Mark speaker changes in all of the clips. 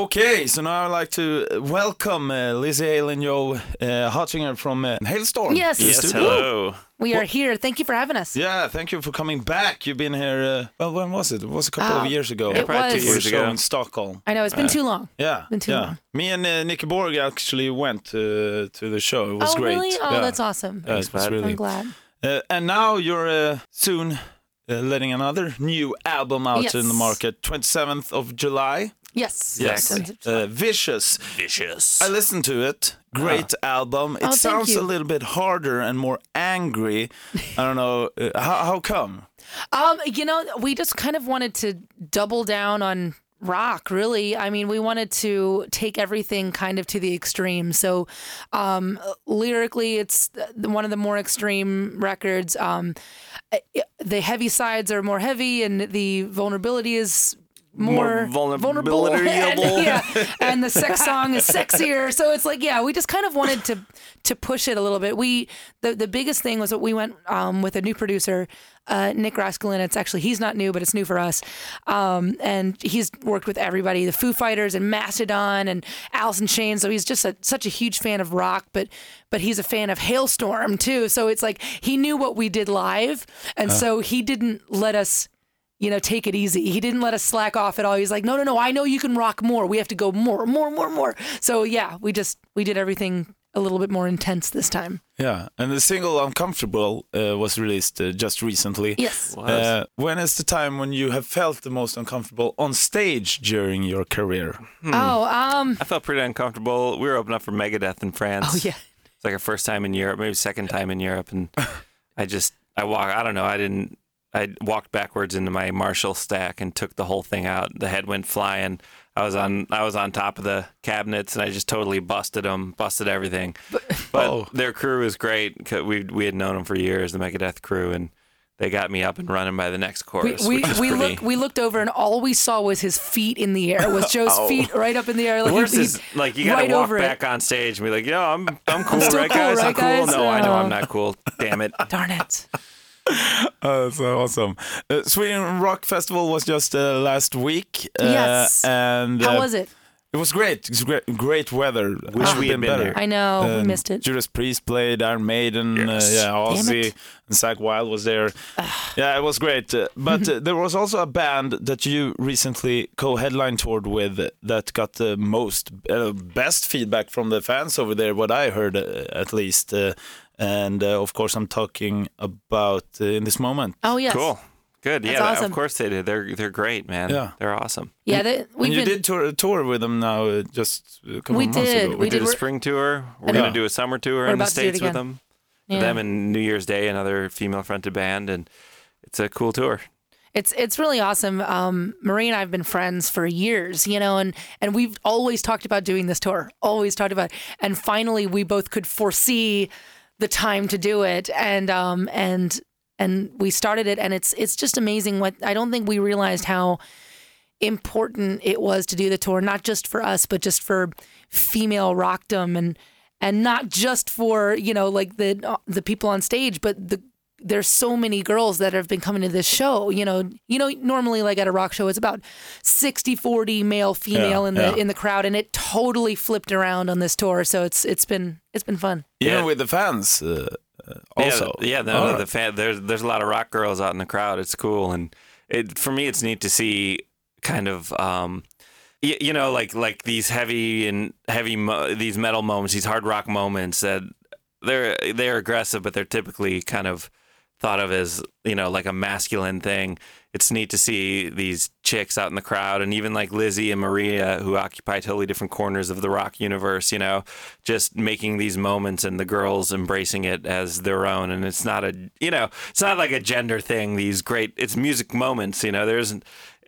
Speaker 1: Okay, so now I'd like to welcome uh, Lizzie Hale and Joe uh, Hutchinger from uh, Hailstorm.
Speaker 2: Yes.
Speaker 1: to the
Speaker 2: Yes,
Speaker 1: studio.
Speaker 3: hello.
Speaker 2: We are here. Thank you for having us.
Speaker 1: Yeah, thank you for coming back. You've been here. Uh, well, when was it? It was a couple of
Speaker 2: Oh,
Speaker 1: years ago.
Speaker 2: it Yeah, probably two was.
Speaker 1: You were
Speaker 3: years
Speaker 1: so
Speaker 3: ago.
Speaker 1: in Stockholm.
Speaker 2: I know it's been too long.
Speaker 1: Yeah,
Speaker 2: Been too
Speaker 1: yeah.
Speaker 2: long.
Speaker 1: Me and uh, Nicky Borg actually went uh, to the show. It was
Speaker 2: oh,
Speaker 1: great.
Speaker 2: really? Oh,
Speaker 1: yeah.
Speaker 2: that's awesome.
Speaker 1: Yeah, it was really.
Speaker 2: I'm glad.
Speaker 1: Uh, and now you're uh, soon uh, letting another new album out
Speaker 2: Yes.
Speaker 1: in the market. 27th of July.
Speaker 2: Yes.
Speaker 3: Yes.
Speaker 1: Uh, Vicious.
Speaker 3: Vicious.
Speaker 1: I listened to it. Great album. It
Speaker 2: Oh, thank
Speaker 1: sounds
Speaker 2: you.
Speaker 1: a little bit harder and more angry. I don't know. Uh, how, how come?
Speaker 2: Um, you know, we just kind of wanted to double down on rock, really. I mean, we wanted to take everything kind of to the extreme. So, um, lyrically, it's th- one of the more extreme records. Um, i- the heavy sides are more heavy, and the vulnerability is. More,
Speaker 3: More
Speaker 2: vulnerable, and,
Speaker 3: vulnerable.
Speaker 2: yeah, and the sex song is sexier. So it's like, yeah, we just kind of wanted to to push it a little bit. We the the biggest thing was that we went um, with a new producer, uh, Nick Raskolin. It's actually he's not new, but it's new for us, um, and he's worked with everybody, the Foo Fighters and Mastodon and Alice in Chains. So he's just a, such a huge fan of rock, but but he's a fan of Hailstorm too. So it's like he knew what we did live, and
Speaker 3: Uh-huh.
Speaker 2: so he didn't let us you know, take it easy. He didn't let us slack off at all. He's like, no, no, no, I know you can rock more. We have to go more, more, more, more. So yeah, we just we did everything a little bit more intense this time.
Speaker 1: Yeah. And the single Uncomfortable uh, was released uh, just recently.
Speaker 2: Yes.
Speaker 1: Uh, when is the time when you have felt the most uncomfortable on stage during your career?
Speaker 3: Hmm.
Speaker 2: Oh, um,
Speaker 3: I felt pretty uncomfortable. We were opening up for Megadeth in France.
Speaker 2: oh yeah.
Speaker 3: It's like our first time in Europe, maybe second time in Europe, and I just I walk. I don't know. I didn't. I walked backwards into my Marshall stack and took the whole thing out. The head went flying. I was on. I was on top of the cabinets, and I just totally busted them, busted everything. But,
Speaker 1: Oh.
Speaker 3: their crew was great. 'cause We we had known them for years, the Megadeth crew, and they got me up and running by the next
Speaker 2: We
Speaker 3: chorus.
Speaker 2: we,
Speaker 3: which was
Speaker 2: we
Speaker 3: pretty-
Speaker 2: looked we looked over and all we saw was his feet in the air. Was Joe's
Speaker 3: Oh.
Speaker 2: feet right up in the air?
Speaker 3: The
Speaker 2: Like,
Speaker 3: worst
Speaker 2: he-
Speaker 3: is like you gotta
Speaker 2: right
Speaker 3: walk
Speaker 2: over
Speaker 3: back
Speaker 2: it.
Speaker 3: on stage and be like, "Yo, I'm I'm cool,
Speaker 2: still
Speaker 3: right,
Speaker 2: cool,
Speaker 3: guys? I'm
Speaker 2: right, guys?
Speaker 3: cool. No, I know
Speaker 2: Oh.
Speaker 3: I'm not cool. Damn it.
Speaker 2: Darn it!
Speaker 1: Oh, that's so awesome. Uh, Sweden Rock Festival was just uh, last week. Uh,
Speaker 2: Yes.
Speaker 1: And
Speaker 2: How
Speaker 1: uh,
Speaker 2: was it?
Speaker 1: It was great. It was great, great weather. Ah. Wish
Speaker 3: we had been
Speaker 1: better.
Speaker 3: there.
Speaker 2: I know Oh, we
Speaker 1: Um,
Speaker 2: missed it.
Speaker 1: Judas Priest played, Iron Maiden,
Speaker 3: Yes.
Speaker 1: uh, yeah, Ozzy,
Speaker 2: it.
Speaker 1: and Zach Wild was there. yeah, it was great. Uh, but uh, there was also a band that you recently co-headline toured with that got the most uh, best feedback from the fans over there. What I heard, uh, at least. Uh, and uh, of course, I'm talking about uh, in this moment.
Speaker 2: Oh yes.
Speaker 3: Cool. Good. Yeah,
Speaker 2: That's
Speaker 3: that-
Speaker 2: awesome.
Speaker 3: of course they did. They're they're great, man.
Speaker 1: Yeah.
Speaker 3: They're awesome.
Speaker 2: Yeah, they, we've
Speaker 1: and you
Speaker 2: been.
Speaker 1: did tour, tour with them now, uh, just a couple
Speaker 2: We
Speaker 1: months
Speaker 2: did.
Speaker 1: ago.
Speaker 2: We
Speaker 3: We did a
Speaker 2: We're-
Speaker 3: spring tour. We're
Speaker 1: Yeah.
Speaker 3: gonna do a summer tour in the
Speaker 2: about to do it
Speaker 3: States with them.
Speaker 2: yeah.
Speaker 3: Them and New Year's Day, another female fronted band and it's a cool tour.
Speaker 2: It's it's really awesome. Um, Marie and I have been friends for years, you know, and and we've always talked about doing this tour. Always talked about, it. and finally we both could foresee the time to do it, and um and and we started it, and it's it's just amazing what I don't think we realized how important it was to do the tour, not just for us, but just for female rockdom and and not just for you know like the the people on stage, but the there's so many girls that have been coming to this show. You know, you know normally like at a rock show it's about 60-40 male female
Speaker 1: Yeah,
Speaker 2: in the
Speaker 1: yeah.
Speaker 2: in the crowd, and it totally flipped around on this tour. So it's it's been it's been fun.
Speaker 1: Even
Speaker 3: Yeah.
Speaker 1: with the fans, uh, also.
Speaker 3: Yeah, yeah the,
Speaker 1: All right.
Speaker 3: the fan, there's there's a lot of rock girls out in the crowd. It's cool, and it for me, it's neat to see kind of. Um, y- you know, like like these heavy and heavy mo- these metal moments, these hard rock moments that they're they're aggressive, but they're typically kind of thought of as you know like a masculine thing. It's neat to see these chicks out in the crowd, and even like Lizzie and Maria, who occupy totally different corners of the rock universe. You know, just making these moments and the girls embracing it as their own. And it's not a you know it's not like a gender thing. These great it's music moments. You know, there's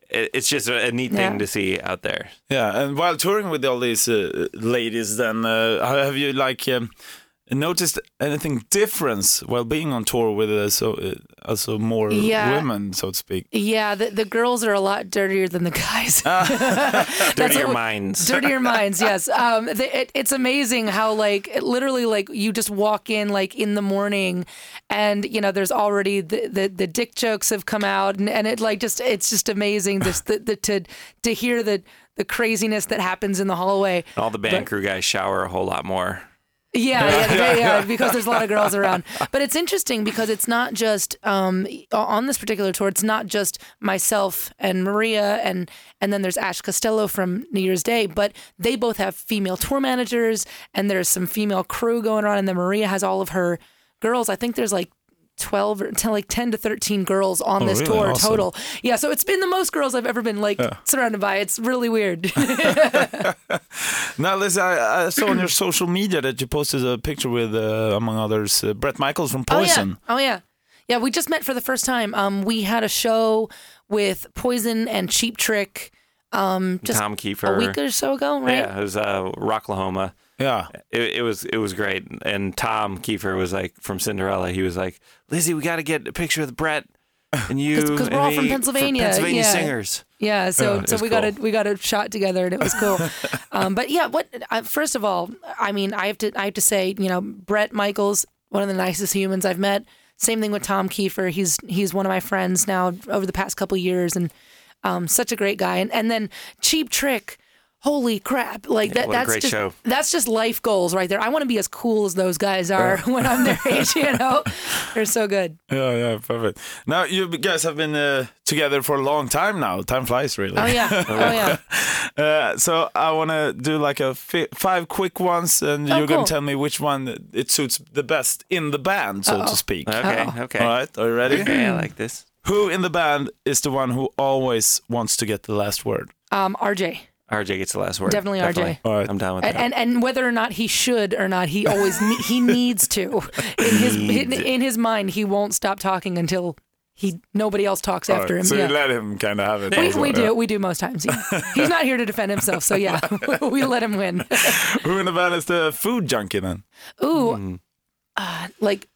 Speaker 3: it- it's just a, a neat
Speaker 2: Yeah.
Speaker 3: thing to see out there.
Speaker 1: Yeah, and while touring with all these uh, ladies, then uh, how have you like um, noticed anything difference while being on tour with uh, so uh, also more
Speaker 2: Yeah.
Speaker 1: women, so to speak?
Speaker 2: Yeah, the, the girls are a lot dirtier than the guys. That's
Speaker 3: Dirtier
Speaker 2: what-
Speaker 3: minds.
Speaker 2: Dirtier minds, yes. Um, the, it, it's amazing how like it literally like you just walk in like in the morning, and you know there's already the the, the dick jokes have come out, and, and it like just it's just amazing just the, the, to to hear the the craziness that happens in the hallway.
Speaker 3: All the band crew guys shower a whole lot more.
Speaker 2: Yeah, yeah, they- yeah, because there's a lot of girls around. But it's interesting because it's not just um, on this particular tour. It's not just myself and Maria, and and then there's Ash Costello from New Year's Day. But they both have female tour managers, and there's some female crew going on. And then Maria has all of her girls. I think there's like. 12 or 10, like 10 to 13 girls on this
Speaker 1: really?
Speaker 2: tour
Speaker 1: Awesome.
Speaker 2: total. Yeah, so it's been the most girls I've ever been like surrounded by. It's really weird.
Speaker 1: Now, listen, I, I saw on your social media that you posted a picture with, uh, among others, uh, Brett Michaels from Poison.
Speaker 2: Oh yeah. oh yeah. Yeah, we just met for the first time. Um, we had a show with Poison and Cheap Trick um, just
Speaker 3: Tom
Speaker 2: a
Speaker 3: Kiefer.
Speaker 2: week or so ago, right?
Speaker 3: Yeah, it was uh, Rocklahoma.
Speaker 1: yeah.
Speaker 3: It, it was it was great. And Tom Kiefer was like from Cinderella. He was like, Lizzie, we got to get a picture with Brett and you.
Speaker 2: 'Cause- 'cause we're
Speaker 3: and
Speaker 2: all from
Speaker 3: me,
Speaker 2: Pennsylvania,
Speaker 3: Pennsylvania
Speaker 2: yeah.
Speaker 3: singers.
Speaker 2: Yeah, so
Speaker 3: Yeah,
Speaker 2: so
Speaker 3: it's
Speaker 2: we got a
Speaker 3: cool.
Speaker 2: we got a shot together and it was cool. um, but yeah, what I, first of all, I mean, I have to I have to say, you know, Brett Michaels, one of the nicest humans I've met. Same thing with Tom Kiefer. He's he's one of my friends now over the past couple years and um, such a great guy. And and then Cheap Trick, holy crap! Like that
Speaker 3: what a
Speaker 2: that's
Speaker 3: great
Speaker 2: just
Speaker 3: show.
Speaker 2: that's just life goals right there. I want to be as cool as those guys are when I'm their age. You know, they're so good.
Speaker 1: Yeah, yeah, perfect. Now, you guys have been uh, together for a long time now. Time flies, really.
Speaker 2: Oh yeah, oh yeah.
Speaker 1: Uh, so I want to do like a fi- five quick ones, and
Speaker 2: Oh,
Speaker 1: you're gonna
Speaker 2: cool.
Speaker 1: tell me which one it suits the best in the band, so to speak.
Speaker 3: Okay, okay.
Speaker 1: All right, are you ready?
Speaker 3: Okay, I like this.
Speaker 1: Who in the band is the one who always wants to get the last word?
Speaker 2: Um, RJ.
Speaker 3: RJ gets the last word.
Speaker 2: Definitely RJ.
Speaker 1: All right.
Speaker 3: I'm down with
Speaker 2: and,
Speaker 3: that.
Speaker 2: and and whether or not he should or not, he always ne- he needs to. In his in, in his mind, he won't stop talking until he nobody else talks after him.
Speaker 1: So
Speaker 2: yeah.
Speaker 1: you let him kind of have it.
Speaker 2: we,
Speaker 1: also,
Speaker 2: we
Speaker 1: yeah.
Speaker 2: do we do most times. Yeah. He's not here to defend himself, so yeah, we let him win.
Speaker 1: Who in the band is the food junkie then?
Speaker 2: Ooh,
Speaker 3: Mm-hmm.
Speaker 2: uh, like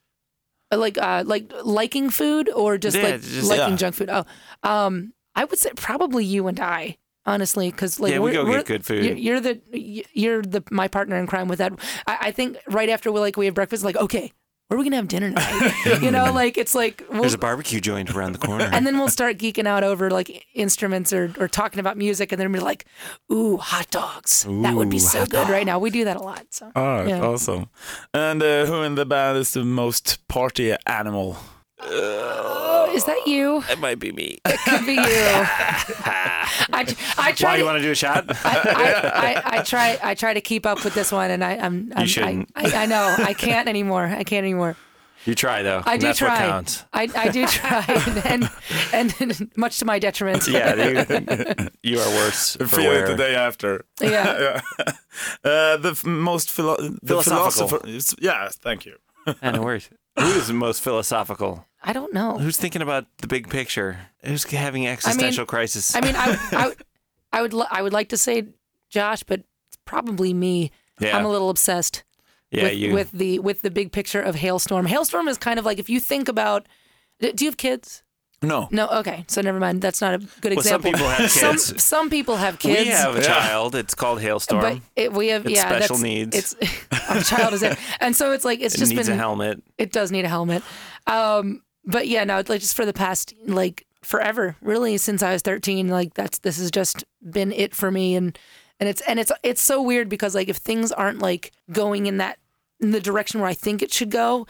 Speaker 2: like uh, like liking food or just
Speaker 3: Yeah,
Speaker 2: like
Speaker 3: just-
Speaker 2: liking
Speaker 1: yeah.
Speaker 2: junk food. Oh, um, I would say probably you and I. Honestly, because like
Speaker 3: Yeah, we
Speaker 2: we're-
Speaker 3: go get
Speaker 2: we're-
Speaker 3: good food.
Speaker 2: You're, you're the you're the my partner in crime with that. I, I think right after we like we have breakfast, like okay, where are we gonna have dinner tonight? you know, like it's like we'll,
Speaker 3: There's a barbecue joint around the corner.
Speaker 2: and then we'll start geeking out over like instruments or, or talking about music, and then we're like, ooh, hot dogs. that would be
Speaker 1: Ooh,
Speaker 2: so good right now. We do that a lot. So
Speaker 1: All right,
Speaker 2: Yeah.
Speaker 1: awesome. And uh, who in the band is the most party animal?
Speaker 3: Oh.
Speaker 2: is that you?
Speaker 3: it might be me.
Speaker 2: Could be you. I, I
Speaker 3: Why
Speaker 2: try.
Speaker 3: do you
Speaker 2: To,
Speaker 3: want to do a shot?
Speaker 2: I, I, I, I try. I try to keep up with this one, and I, I'm. I'm
Speaker 3: shouldn't.
Speaker 2: I, I, I know. I can't anymore. I can't anymore.
Speaker 3: you try though.
Speaker 2: I
Speaker 3: and
Speaker 2: do
Speaker 3: that's
Speaker 2: try.
Speaker 3: what counts.
Speaker 2: I, I do try, and, and and much to my detriment.
Speaker 3: Yeah, you, you are worse for
Speaker 1: Feel it
Speaker 3: wear.
Speaker 1: the day after.
Speaker 2: Yeah.
Speaker 1: yeah. Uh, the f- most philo- the
Speaker 3: Philosophical.
Speaker 1: philosopher. it's- Yeah, thank you.
Speaker 3: Yeah, no worries. Who's the most philosophical?
Speaker 2: I don't know.
Speaker 3: Who's thinking about the big picture? Who's having existential crisis?
Speaker 2: I mean, I I, I would li- I would like to say Josh, but it's probably me.
Speaker 3: Yeah.
Speaker 2: I'm a little obsessed.
Speaker 3: yeah,
Speaker 2: with,
Speaker 3: you.
Speaker 2: with the with the big picture of hailstorm. Hailstorm is kind of like if you think about. Do you have kids?
Speaker 1: No.
Speaker 2: No, okay. So never mind. That's not a good
Speaker 3: well, some
Speaker 2: example.
Speaker 3: people have
Speaker 2: Some-
Speaker 3: kids.
Speaker 2: Some, people have kids.
Speaker 3: we have a
Speaker 1: Yeah.
Speaker 3: child. It's called hailstorm.
Speaker 2: but it, we have
Speaker 3: It's
Speaker 2: yeah.
Speaker 3: special
Speaker 2: that's,
Speaker 3: needs.
Speaker 2: It's our child is it, and so it's like it's
Speaker 3: it
Speaker 2: just
Speaker 3: needs
Speaker 2: been.
Speaker 3: a helmet.
Speaker 2: It does need a helmet. Um, but yeah, no, it's like just for the past like forever, really since I was thirteen. Like that's this has just been it for me, and and it's and it's it's so weird because like if things aren't like going in that in the direction where I think it should go.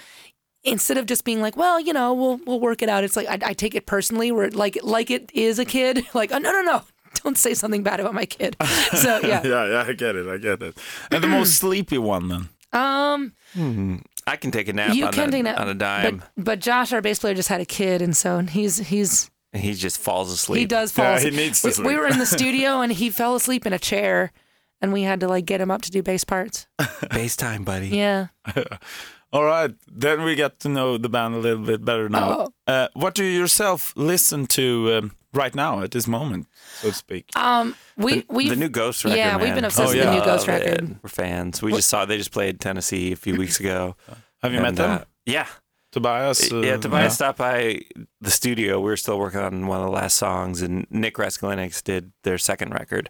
Speaker 2: Instead of just being like, well, you know, we'll we'll work it out. It's like I, I take it personally, where it, like like it is a kid. Like, oh no no no, don't say something bad about my kid. So yeah,
Speaker 1: Yeah, yeah, I get it. I get it. And the most sleepy one then?
Speaker 2: um,
Speaker 3: I can take a nap.
Speaker 2: you
Speaker 3: on
Speaker 2: can
Speaker 3: a,
Speaker 2: take that
Speaker 3: on a dime.
Speaker 2: But, but Josh, our bass player, just had a kid, and so he's he's
Speaker 3: and he just falls asleep.
Speaker 2: He does fall
Speaker 1: Yeah, he
Speaker 2: asleep.
Speaker 1: needs to
Speaker 2: we,
Speaker 1: sleep.
Speaker 2: we were in the studio and he fell asleep in a chair and we had to like get him up to do bass parts.
Speaker 3: Base time, buddy.
Speaker 2: Yeah.
Speaker 1: All right, then we get to know the band a little bit better now.
Speaker 2: Oh.
Speaker 1: Uh, what do you yourself listen to um, right now at this moment, so to speak?
Speaker 2: Um we
Speaker 3: The,
Speaker 2: we
Speaker 3: the new Ghost record.
Speaker 2: Yeah, we've
Speaker 3: man.
Speaker 2: been obsessed
Speaker 1: Oh, with the yeah.
Speaker 2: new Ghost
Speaker 3: Love it.
Speaker 2: record.
Speaker 3: We're fans. We just saw they just played Tennessee a few weeks ago.
Speaker 1: have you
Speaker 3: And,
Speaker 1: met them?
Speaker 3: uh, yeah,
Speaker 1: Tobias? uh,
Speaker 3: yeah. Tobias stopped by the studio. We were still working on one of the last songs, and Nick Raskulinix did their second record.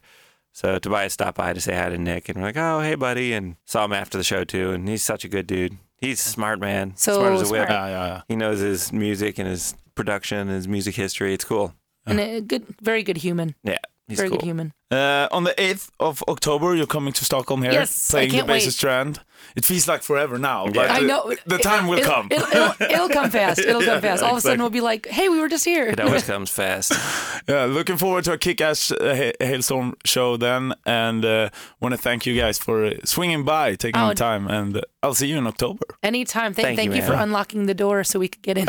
Speaker 3: So Tobias stopped by to say hi to Nick, and we're like, "Oh, hey, buddy," and saw him after the show too. And he's such a good dude. He's a smart man,
Speaker 2: So
Speaker 3: smart as a whip.
Speaker 2: smart.
Speaker 1: Yeah, yeah, yeah.
Speaker 3: He knows his music and his production and his music history. It's cool.
Speaker 2: and a good very good human.
Speaker 3: Yeah, He's
Speaker 2: Very
Speaker 3: cool.
Speaker 2: good human.
Speaker 1: Uh, on the 8th of October, you're coming to Stockholm here,
Speaker 2: Yes, I
Speaker 1: playing
Speaker 2: can't
Speaker 1: the
Speaker 2: wait.
Speaker 1: Basis Strand. It feels like forever now, but
Speaker 3: I
Speaker 1: the-
Speaker 2: know.
Speaker 1: the time will
Speaker 2: It'll-
Speaker 1: come.
Speaker 2: It'll, it'll, it'll come fast. It'll come fast. All of a sudden,
Speaker 1: exactly.
Speaker 2: we'll be like, "Hey, we were just here."
Speaker 3: It always comes fast.
Speaker 1: Yeah, looking forward to a kick-ass uh, Ha- hailstorm show then, and uh, want to thank you guys for uh, swinging by, taking
Speaker 2: Oh,
Speaker 1: the time, and uh, I'll see you in October.
Speaker 2: Anytime. Thank,
Speaker 3: Thank
Speaker 2: thank,
Speaker 3: you,
Speaker 2: you, for
Speaker 3: man.
Speaker 2: unlocking the door so we could get in.